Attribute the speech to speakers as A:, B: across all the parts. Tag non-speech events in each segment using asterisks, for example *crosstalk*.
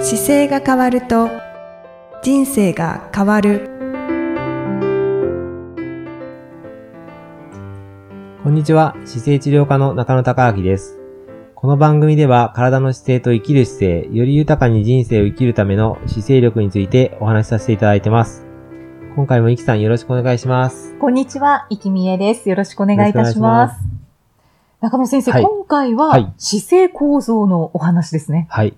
A: 姿勢が変わると人生が変わる
B: こんにちは、姿勢治療科の中野隆明です。この番組では体の姿勢と生きる姿勢、より豊かに人生を生きるための姿勢力についてお話しさせていただいてます。今回もイキさんよろしくお願いします。
C: こんにちは、いきみえです。よろしくお願いいたします。中野先生、
B: はい
C: 今回
B: はい
C: は姿勢構造のお話ですね。
B: はい。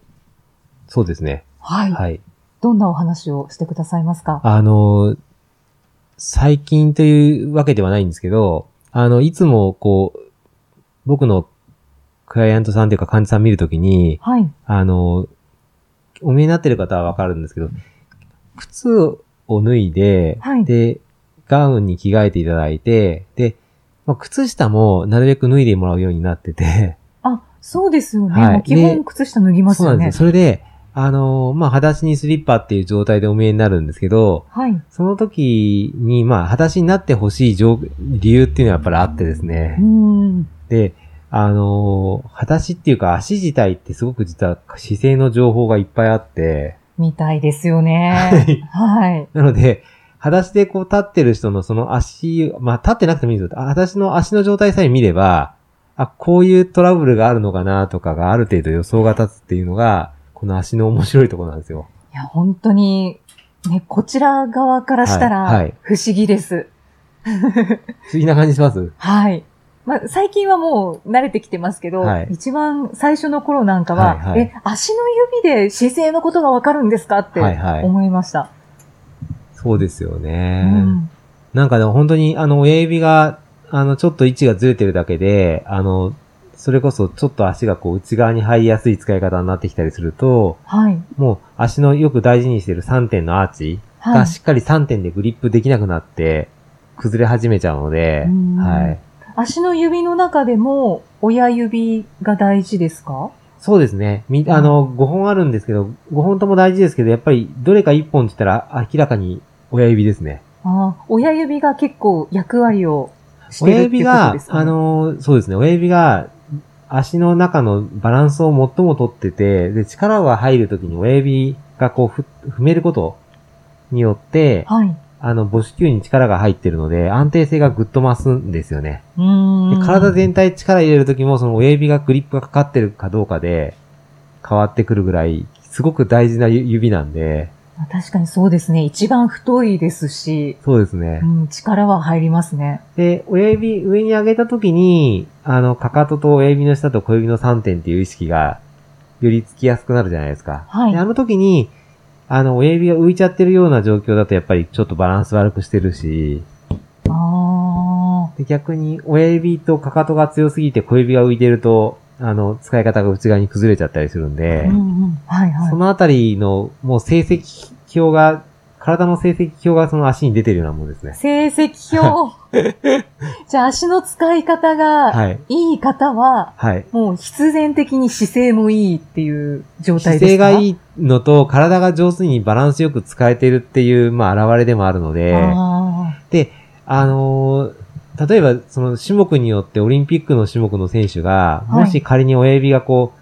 B: そうですね。
C: はい。
B: はい。
C: どんなお話をしてくださいますか
B: あの、最近というわけではないんですけど、あの、いつもこう、僕のクライアントさんというか患者さん見るときに、
C: はい。
B: あの、お見えになってる方はわかるんですけど、靴を脱いで、
C: はい
B: で、ガウンに着替えていただいて、で、まあ、靴下もなるべく脱いでもらうようになってて、
C: あ、そうですよね。
B: はい
C: もう基
B: で
C: 本靴下脱ぎます
B: そうな
C: よ
B: んで
C: ね。
B: すよ。それで、あの、まあ、裸足にスリッパっていう状態でお見えになるんですけど、
C: はい。
B: その時に、まあ、裸足になってほしい状理由っていうのはやっぱりあってです
C: うー
B: ね。
C: ん。
B: で、あのー裸足っていうか足自体ってすごく実は姿勢の情報がいっぱいあって、 *laughs*
C: みたいですよね。はい。
B: なので、裸足でこう立ってる人のその足、まあ立ってなくてもいいんですよ。あ裸足の足の状態さえ見れば、あ、こういうトラブルがあるのかなとかがある程度予想が立つっていうのが、この足の面白いところなんですよ。
C: いや、本当に、ね、こちら側からした
B: はいは
C: ら
B: い、
C: 不思議です。
B: 不思議な感じします
C: はい。まあ、最近はもう慣れてきてますけど、
B: はい
C: 一番最初の頃なんかは、
B: はいはい
C: え、足の指で姿勢のことがわかるんですかって
B: はいはい
C: 思いました。
B: そうですよね。
C: うん
B: なんかでも本当にあの親指が、あのちょっと位置がずれてるだけで、あの、それこそちょっと足がこう内側に入りやすい使い方になってきたりすると、
C: はい。
B: もう足のよく大事にしてる3点のアーチ
C: は
B: が
C: い。
B: しっかり3点でグリップできなくなって、崩れ始めちゃうので
C: う、ん
B: はい。
C: 足の指の中でも、親指が大事ですか
B: そうですね。み、あの、5本あるんですけど、5本とも大事ですけど、やっぱりどれか1本って言ったら明らかに親指ですね。
C: あー親指が結構役割をして
B: 親
C: るって
B: 指
C: こと
B: が
C: で、すか、ね、
B: あのー、そうですね、親指が、足の中のバランスを最も取ってて、で、力が入るときに親指がこうふ、踏めることによって、
C: はい。
B: あの、母子球に力が入ってるので、安定性がぐっと増すんですよね。
C: う
B: で
C: ーん
B: 体全体力入れるときも、その親指がグリップがかかってるかどうかで、変わってくるぐらい、すごく大事な指指なんで、
C: まあ確かにそうですね。一番太いですし、
B: そうですね
C: う。ん、力は入りますね。
B: で、親指上に上げたときに、あの、かかとと親指の下と小指の3点っていう意識が、よりつきやすくなるじゃないですか。
C: はい
B: であの時に、あの、親指が浮いちゃってるような状況だと、やっぱりちょっとバランス悪くしてるし、
C: ああ。
B: で逆に親指とかかとが強すぎて小指が浮いてると、あの、使い方が内側に崩れちゃったりするんで、
C: うんうんはいはい
B: そ。のあたりの、もう成績表が、体の成績表がその足に出てるようなもんですね。
C: 成績表。
B: *laughs*
C: じゃあ足の使い方が
B: はい。
C: いい方は、
B: はい。
C: もう必然的に姿勢もいいっていう状
B: 姿
C: 態です
B: 勢
C: か
B: がいいのと、体が上手にバランスよく使えてるっていう、まあ、現れでもあるので、あ
C: あ
B: のー例えば、その種目によって、オリンピックの種目の選手が、
C: はい
B: もし仮に親指がこ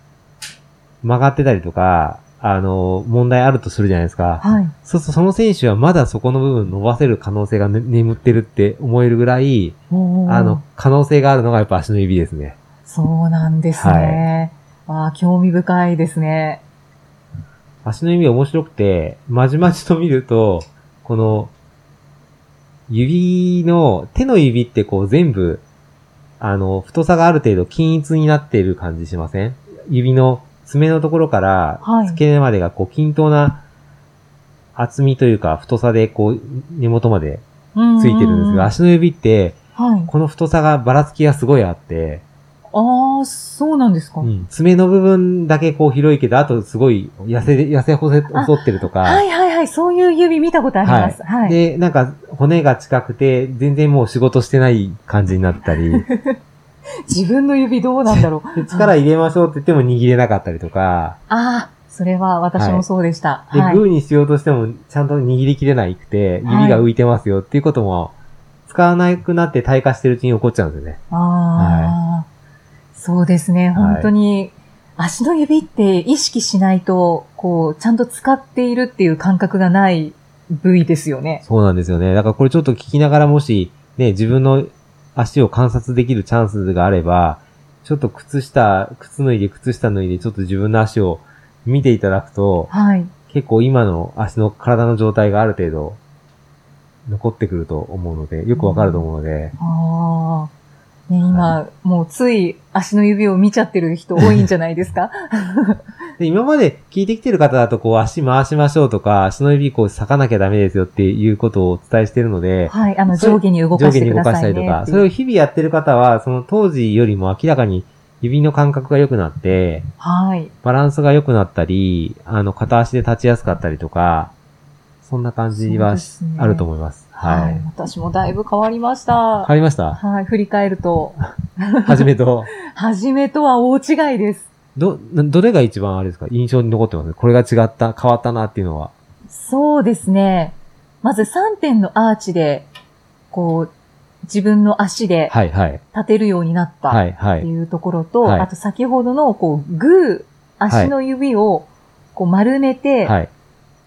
B: う、曲がってたりとか、あのー問題あるとするじゃないです
C: あ。
B: か。
C: はい。
B: そうすると、その選手はまだそこの部分伸ばせる可能性がね、眠ってるって思えるぐらい、
C: おー
B: あの、。可能性があるのがやっぱ足の指ですね。
C: そうなんですね。ああ、興味深いですね。
B: 足の指面白くて、まじまじと見ると、この、指の、手の指ってこう全部、あの、太さがある程度均一になっている感じしません指の爪のところから
C: はい、
B: 付け根までがこう均等な厚みというか太さでこう根元まで
C: つ
B: ついてるんですが、足の指って
C: はい。
B: この太さがばらつきがすごいあって、
C: ああ、そうなんですか。
B: うん爪の部分だけこう広いけど、あとすごい痩せ、痩せ細ってるとか、
C: はいはいはい。そういう指見たことあります。はい。
B: で、なんか、骨が近くて、全然もう仕事してない感じになった
C: *laughs*
B: り、で
C: 自分の指どうなんだろう。
B: 力入れましょうって言っても握れなかったりとか、
C: ああ、それは私もそうでした。
B: で、
C: はい。
B: グーにしようとしても、ちゃんと握りきれないくて、指が浮いてますよっていうことも、使わなくなって退化してるうちに起こっちゃうんですよね。
C: ああ、そうですね。
B: はい
C: 本当に、足の指って意識しないと、こう、ちゃんと使っているっていう感覚がない部位ですよね。
B: そうなんですよね。だからこれちょっと聞きながらもし、ね、自分の足を観察できるチャンスがあれば、ちょっと靴下、靴脱いで靴下脱いでちょっと自分の足を見ていただくと、
C: はい。
B: 結構今の足の体の状態がある程度残ってくると思うので、よくわかると思うので、
C: ああ。ね、今、もうつい足の指を見ちゃってる人多いんじゃないです
B: *laughs*
C: か
B: で、今まで聞いてきてる方だと、こう、足回しましょうとか、足の指こう、裂かなきゃダメですよっていうことをお伝えしてるので、
C: はい。あの、
B: それ
C: 上下に動
B: 上
C: か
B: 下
C: して
B: に
C: く
B: 動
C: だ
B: かし
C: さ
B: た
C: い
B: りと
C: ね
B: か、
C: って
B: それ
C: い
B: を
C: う。
B: 日々やってる方は、その当時よりも明らかに指の感覚が良くなって、
C: はい。
B: バランスが良くなったり、あの、片足で立ちやすかったりとか、そんな感じはし
C: そうですね
B: あると思います。は
C: はいい。。私もだいぶ変わりまし
B: 変
C: た。
B: わりました
C: はい。振り返ると、
B: はじめと。
C: はじめとは大違いです。
B: ど、などれが一番あれですか印象に残ってますこれが違った、変わったなっていうのは。
C: そうですね。まず3点のアーチで、こう、自分の足で
B: はいはい。
C: 立てるようになった。
B: はいは
C: って
B: い。
C: いうところと、
B: はい
C: あと先ほどの、こう、グー、足の指を、こう丸めて、
B: はい。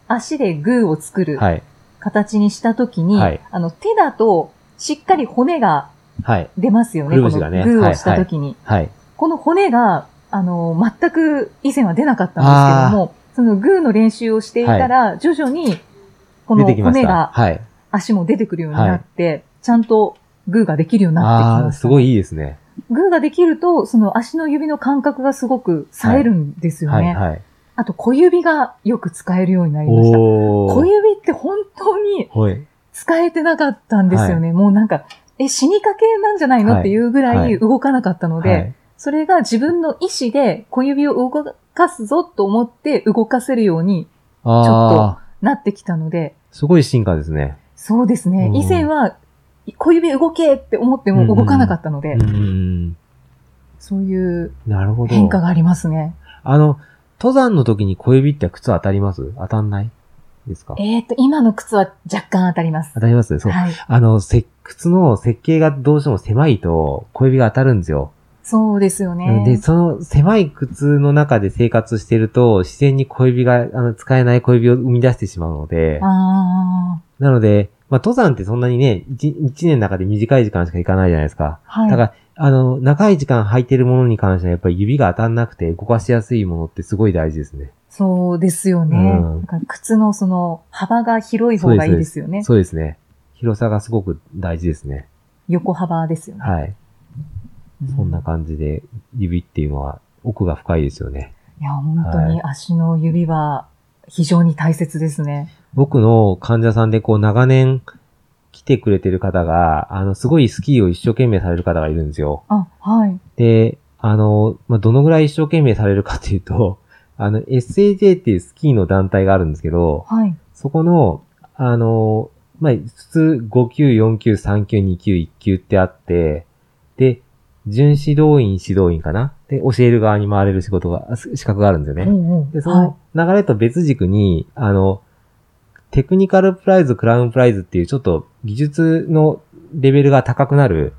C: 足でグーを作る
B: はい。
C: 形にしたときに、
B: はい
C: あの、手だと、しっかり骨が
B: はい。
C: 出ますよ
B: く
C: ね、
B: る
C: こ
B: ぶ
C: の
B: しがね
C: グーをしたときに、
B: はい。
C: この骨が、あの、全く以前は出なかったんですけども、そのグーの練習をしていたら、徐々に、こ
B: 出
C: の
B: てきました。
C: 骨が、
B: はい。
C: 足も出てくるようになって、ちゃんとグーができるようになってき
B: ああー、
C: ました。
B: すごいいいですね。
C: グーができると、その足の指の感覚がすごく冴えるんですよね。
B: はいはい。
C: あと小指がよく使えるようになりました。
B: お
C: 小
B: ー。
C: 指って本当に
B: はい。
C: 使えてなかったんですよね。もうなんか、え、死にかけなんじゃないの、
B: はい
C: っていうぐらい動かなかったので、
B: はい。
C: それが自分の意思で小指を動かすぞと思って動かせるように
B: ああ、
C: なってきたので、
B: すごい進化ですね。
C: そうですね。
B: うん
C: 以前は小指動けって思っても動かなかったので、
B: うーん。
C: そういう
B: なるほど。
C: 変化がありますね。
B: あの、登山の時に小指って靴当たります当たんないですか
C: えっ、と、今の靴は若干当たります
B: 当。たりますそう。
C: はい。
B: あの、せ靴の設計がどうしても狭いと小指が当たるんですよ。
C: そうですよね。
B: で、その狭い靴の中で生活してると、自然に小指が、あの、使えない小指を生み出してしまうので、
C: あ
B: なので、まあ、登山ってそんなにね、一一年の中で短い時間しか行かないじゃないですか。
C: あ、はい。
B: だから、あの、長い時間履いてるものに関しては、やっぱり指が当たんなくて動かしやすいものってすごい大事ですね。
C: そうですよね。
B: うん
C: だから靴のその幅が広い方がいいですよね。
B: そうですね。広さがすごく大事ですね。
C: 横幅ですよね。
B: はい。そんな
C: う
B: 感じで、指っていうのは奥が深いですよね。
C: んいや、本当に足の指は非常に大切ですね。
B: 僕の患者さんでこう長年来てくれてる方が、あの、すごいスキーを一生懸命される方がいるんですよ。
C: あ、はい。
B: で、あの、まあ、どのぐらい一生懸命されるかというと、 *laughs* あの、SAJ っていうスキーの団体があるんですけど、
C: はい。
B: そこの、あの、まあ、普通5級、4級、3級、2級、1級ってあって、で、準指導員、指導員かなで、教える側に回れる仕事が、す資格があるんですよね。
C: おうおう
B: で、そ
C: はい
B: の流れと別軸に、あの、テクニカルプライズ、クラウンプライズっていうちょっと技術のレベルが高くなる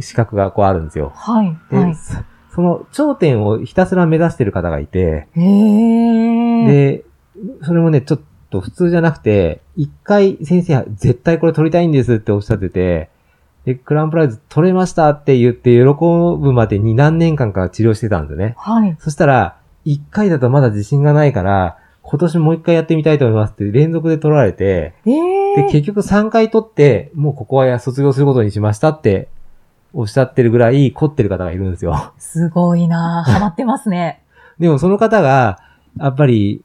B: 資格がこうあるんですよ。
C: はい。
B: で、
C: はい。
B: そその頂点をひたすら目指してる方がいて、
C: へえ。
B: で、それもね、ちょっと普通じゃなくて、一回先生は絶対これ取りたいんですっておっしゃってて、で、クラウンプライズ取れましたって言って喜ぶまでに何年間か治療してたんですよね。
C: はい。
B: そしたら、一回だとまだ自信がないから、今年もう一回やってみたいと思いますって連続で取られて、
C: え
B: で、
C: え。
B: 結局3回取って、もうここは卒業することにしましたって、おっしゃってるぐらい凝ってる方がいるんですよ。 *laughs*
C: すごいなぁ。ハマってますね。
B: でもその方が、やっぱり、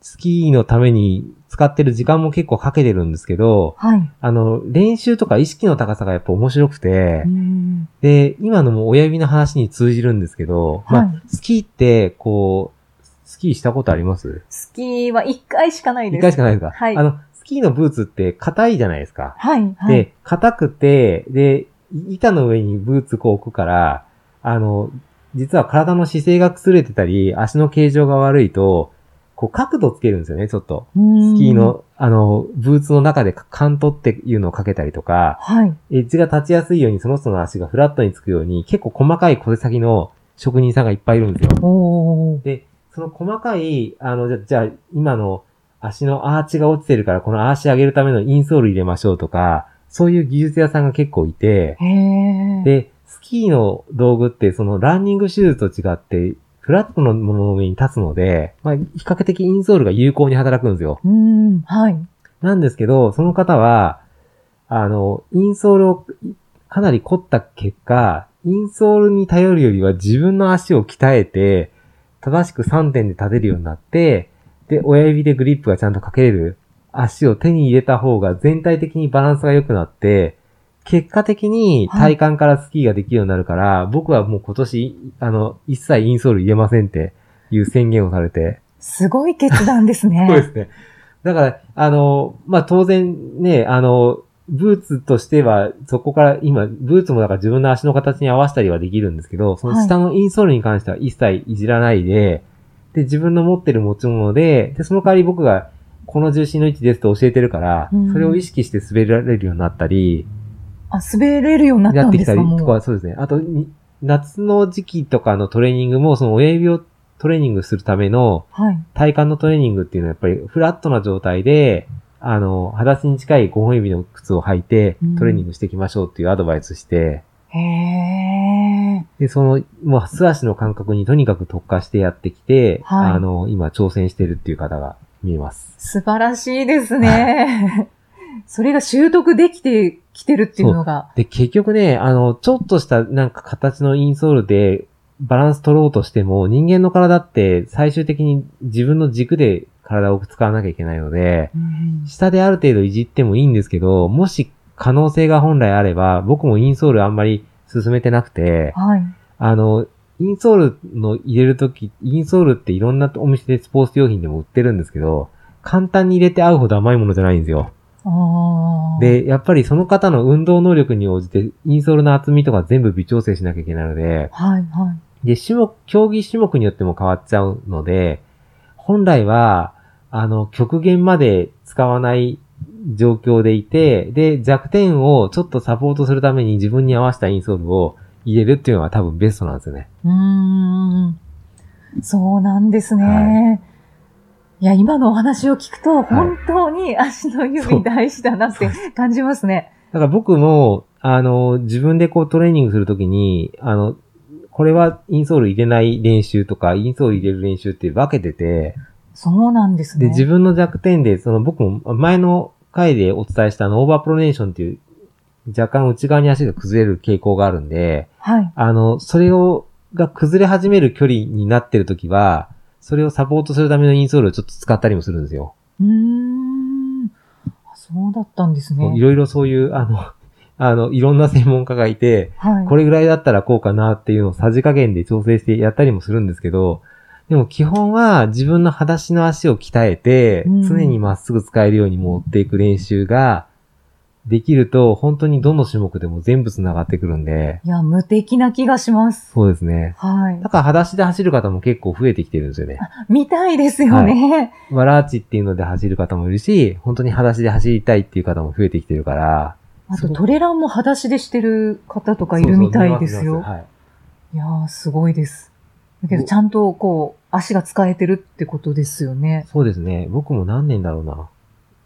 B: スキーのために使ってる時間も結構かけてるんですけど、
C: はい。
B: あの、練習とか意識の高さがやっぱ面白くて
C: う、ん
B: で、今のも親指の話に通じるんですけど、まあ
C: はい
B: スキーって、こう、スキーしたことあります
C: スキーは1回しかないです。
B: 一回しかないですか
C: はい
B: あの、スキーのブーツって硬いじゃないですか。
C: はい。はい。
B: で、硬くて、で、板の上にブーツこう置くから、あの、実は体の姿勢が崩れてたり、足の形状が悪いと、こう角度つけるんですよね、ちょっと。
C: スキ
B: スキー。の、あの、ブーツの中でカントっていうのをかけたりとか、
C: はい。
B: エッジが立ちやすいようにその人の足がフラットにつくように、結構細かい小手先の職人さんがいっぱいいるんですよ。
C: おー。
B: で、その細かい、あの、じゃ、じゃあ、今の足のアーチが落ちてるから、このアーチ上げるためのインソール入れましょうとか、そういう技術屋さんが結構いて、
C: へー。
B: で、スキーの道具って、そのランニングシューズと違って、フラットのものの上に立つので、まあ、比較的インソールが有効に働くんですよ。
C: うーん、はい。
B: なんですけど、その方は、あの、インソールをかなり凝った結果、インソールに頼るよりは自分の足を鍛えて、正しく3点で立てるようになって、で、親指でグリップがちゃんとかけれる足を手に入れた方が全体的にバランスが良くなって、結果的に体幹からスキーができるようになるから、僕はもう今年、あの、一切インソール入れませんっていう宣言をされて、
C: すごい決断です
B: *laughs*
C: ね。
B: そうですね。だから、あの、まあ、当然ね、あの、ブーツとしては、そこから今、ブーツもだから自分の足の形に合わせたりはできるんですけど、その下のインソールに関しては一切いじらないで、で、自分の持ってる持ち物で、で、その代わり僕が、この重心の位置ですと教えてるから
C: うん、
B: それを意識して滑られるようになったり、
C: あ、滑れるようになっ
B: や
C: た
B: っ
C: ん
B: て
C: で
B: き
C: す
B: た
C: か、
B: り
C: もう。
B: とか、そうですね。あと、に夏の時期とかのトレーニングも、その親指をトレーニングするための、
C: はい。
B: 体幹のトレーニングっていうのはやっぱりフラットな状態で、あの、裸足に近い5本指の靴を履いて
C: うん
B: トレーニングしていきましょうっていうアドバイスして、
C: へー。
B: で、その、もう素足の感覚にとにかく特化してやってきて、
C: はい
B: あの、今挑戦してるっていう方が見えます。
C: 素晴らしいですね。それが習得できてきてるっていうのが。
B: で、結局ね、あの、ちょっとしたなんか形のインソールでバランス取ろうとしても、人間の体って最終的に自分の軸で体を使わなきゃいけないので、
C: うん
B: 下である程度いじってもいいんですけど、もし可能性が本来あれば、僕もインソールあんまり進めてなくて、
C: はい。
B: あの、インソールの入れるとき、インソールっていろんなお店でスポーツ用品でも売ってるんですけど、簡単に入れて合うほど甘いものじゃないんですよ。
C: あー、
B: で、やっぱりその方の運動能力に応じて、インソールの厚みとか全部微調整しなきゃいけないので、
C: はい、はい。
B: で、種目、競技種目によっても変わっちゃうので、本来は、あの、極限まで使わない状況でいて、で、弱点をちょっとサポートするために自分に合わせたインソールを入れるっていうのが多分ベストなんですよね。
C: うーん。そうなんですね。、
B: はい
C: や、今のお話を聞くと、
B: い
C: 本当に足の
B: そ
C: 指
B: う
C: 大事だなって感じますね。
B: だから僕も、あの、自分でこうトレーニングするときに、あの、これはインソール入れない練習とか、インソール入れる練習って分けてて、
C: そうなんですね。
B: で、自分の弱点で、その僕も前の回でお伝えしたあのオーバープロネーションっていう若干内側に足が崩れる傾向があるんで、
C: はい。
B: あの、それを、が崩れ始める距離になってるときは、それをサポートするためのインソールをちょっと使ったりもするんですよ。
C: うーん。あそうだったんです
B: こうい
C: ね。
B: ろいろそういう、あの、あの、いろんな専門家がいて、
C: はい。
B: これぐらいだったらこうかなっていうのをさじ加減で調整してやったりもするんですけど、でも基本は自分の裸足の足を鍛えて、
C: うん
B: 常にまっすぐ使えるように持っていく練習ができると、本当にどの種目でも全部繋がってくるんで、
C: いや、無敵な気がします。
B: そうですね。
C: はい
B: だ。から裸足で走る方も結構増えてきてるんですよね。
C: 見たいですよね。
B: わらーちっていうので走る方もいるし、本当に裸足で走りたいっていう方も増えてきてるから。
C: あと、トレランも裸足でしてる方とかいるみたいですよ。
B: はい。
C: いやー、すごいです。だけど、
B: お
C: ちゃんと、こう、足が使えてるってことですよね。
B: そうですね。僕も何年だろうな。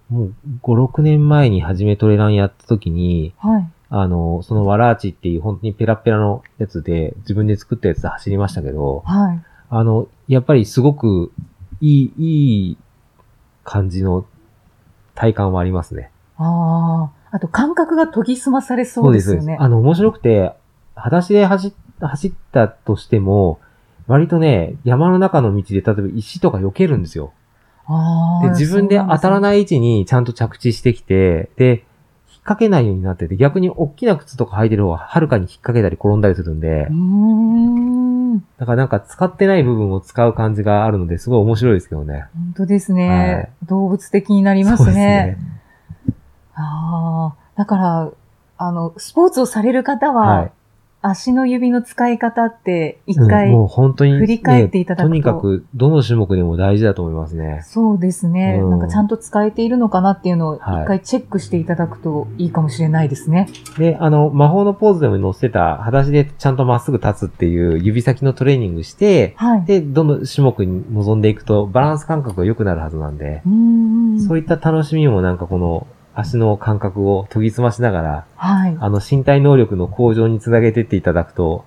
B: もう5、6年前に初めトレランやった時に、
C: はい。
B: あの、そのワラーチっていう本当にペラペラのやつで、自分で作ったやつで走りましたけど、
C: はい。
B: あの、やっぱりすごくいい、いい感じの体感はありますね。
C: ああ。あと、感覚が研ぎ澄まされそうですよね。
B: あの、面白くて、裸足で走っ走ったとしても、割とね、山の中の道で、例えば石とか避けるんですよ。
C: あ
B: で、
C: あ。
B: 自分で当たら
C: い。
B: ない位置にちゃんと着地してきて、で、引っ掛けないようになってて、逆に大きな靴とか履いてる方がはるかに引っ掛けたり転んだりするんで
C: うー、ん。本
B: だからなんか使ってない部分を使う感じがあるので、すごい面白いですけどね。
C: 当ですね。
B: はい
C: 動物的になりま
B: そう
C: す
B: で
C: ね。
B: す。
C: ああ。だから、あの、スポーツをされる方は、
B: はい。
C: 足の指の使い方って一
B: うん
C: 回、
B: もう本当に、ね、
C: 振り返っていただくと
B: とにかく、どの種目でも大事だと思いますね。
C: そうですね、
B: うん
C: なんかちゃんと使えているのかなっていうのを
B: はい
C: 一回チェックしていただくといいかもしれないですね。
B: で、あの、魔法のポーズでも載せてた、裸足でちゃんとまっすぐ立つっていう指先のトレーニングして、
C: はい。
B: で、どの種目に臨んでいくと、バランス感覚が良くなるはずなんで、
C: うーん。
B: そういった楽しみもなんかこの、足の感覚を研ぎ澄ましながら、
C: はい。
B: あの、身体能力の向上につなげてっていただくと、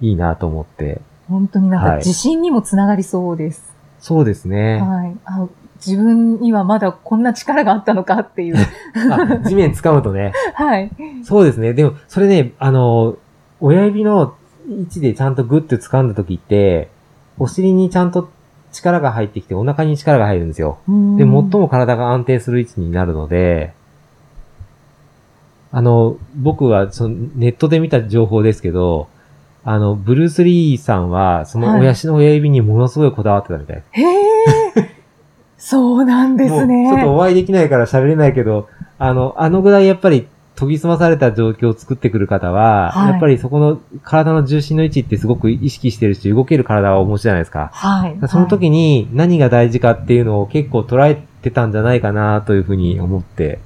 B: いいなと思って。
C: 本当になん
B: は
C: か
B: い
C: 自信にもつながりそうです。
B: そうですね。
C: はい。あ自分にはまだこんな力があったのかっていう。
B: あ、地面掴むとね。
C: *laughs* はい。
B: *laughs* そうですね。でも、それね、あの、親指の位置でちゃんとグッて掴んだ時って、お尻にちゃんと力が入ってきて、お腹に力が入るんですよ。
C: うーん
B: で、最も体が安定する位置になるので、あの、僕はそのネットで見た情報ですけど、あの、ブルース・リーさんは、その
C: はい
B: 親父の親指にものすごいこだわってたみたい
C: へえ。そうなんです
B: も
C: ね。
B: うちょっとお会いできないから喋れないけど、あの、あのぐらいやっぱり研ぎ澄まされた状況を作ってくる方は、
C: はい
B: やっぱりそこの体の重心の位置ってすごく意識してるし、動ける体をお持ちじゃないですか。
C: はい。
B: その時に何が大事かっていうのを結構捉えてたんじゃないかなというふうに思って、
C: はい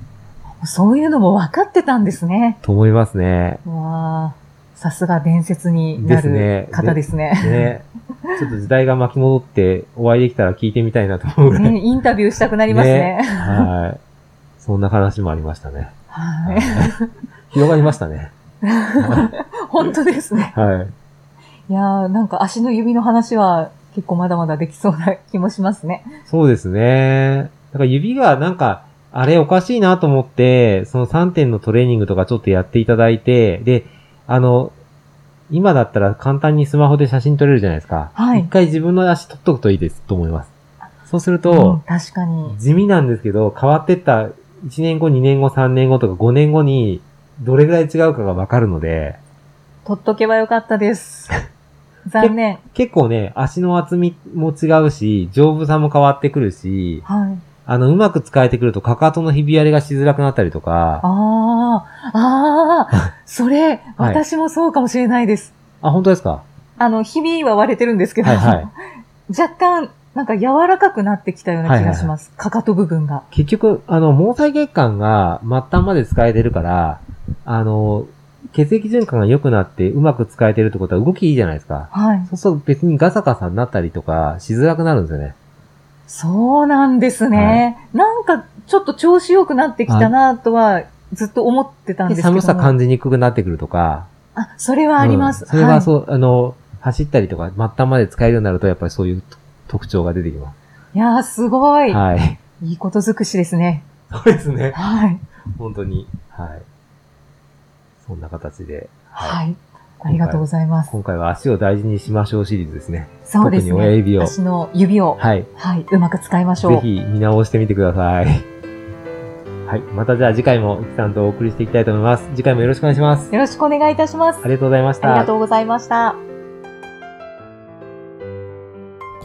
C: そういうのも分かってたんですね。
B: と思いますね。
C: わあ、さすが伝説にな
B: ですね
C: る方ですね。
B: ね。ちょっと時代が巻き戻ってお会いできたら聞いてみたいなと思うぐらい。
C: ねインタビューしたくなりますね。
B: はい。そんな話もありましたね。
C: *laughs* はい。
B: 広がりましたね。
C: 本当ですね。
B: はい。
C: いやーなんか足の指の話は結構まだまだできそうな気もしますね。
B: そうですね。だから指がなんか、あれおかしいなと思って、その3点のトレーニングとかちょっとやっていただいて、で、あの、今だったら簡単にスマホで写真撮れるじゃないですか。
C: はい
B: 一回自分の足撮っとくといいですと思います。そうする
C: うん
B: と、
C: 確かに。
B: 地味なんですけど、変わってった1年後、2年後、3年後とか5年後に、どれぐらい違うかがわかるので、
C: 取っとけばよかっ
B: *laughs*
C: たです。残念。
B: 結構ね、足の厚みも違うし、丈夫さも変わってくるし、
C: はい。
B: あの、うまく使えてくると、かかとのひび割れがしづらくなったりとか、
C: ああ、ああ、それ、
B: はい
C: 私もそうかもしれないです。
B: あ、本当ですか
C: あの、ひびは割れてるんですけど、
B: はいはい。
C: *laughs* 若干、なんか柔らかくなってきたような気がします。かかと部分が。
B: 結局、あの、毛細血管が末端まで使えてるから、あの、血液循環が良くなってうまく使えてるってことは動きいいじゃないですか。
C: はい。
B: そうすると別にガサガサになったりとかしづらくなるんですよね。
C: そうなんですね。なんか、ちょっと調子良くなってきたなとは、ずっと思ってたんで
B: です
C: けども。
B: 寒さ感じにくくなってくるとか。
C: あ、それはあります。
B: うんそれは
C: はい
B: そう、あの、走ったりとか末端まで使えるようになるとやっぱりそういうと特徴が出てきま
C: いやー、すごい。
B: す。はい。 *laughs*
C: いいこと尽くしですね。
B: そうですね。
C: はい。
B: 本当に。はい。そんな形で、
C: はい。ありがとうございます。
B: 今回は足を大事にしましょうシリーズですね。
C: そうですね。
B: 特に親指を
C: 足の指を、はい、
B: はい。
C: うまく使いましょう。
B: ぜひ見直してみてください。はい。またじゃあ次回も、いきさんとお送りしていきたいと思います。次回もよろしくお願いします。
C: よろしくお願いいたします。
B: ありがとうございまし
C: あり
B: た
C: が。とうございました。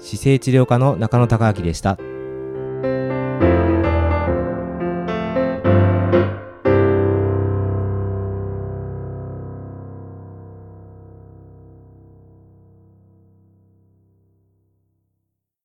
B: 姿勢治療科の中野孝明でした。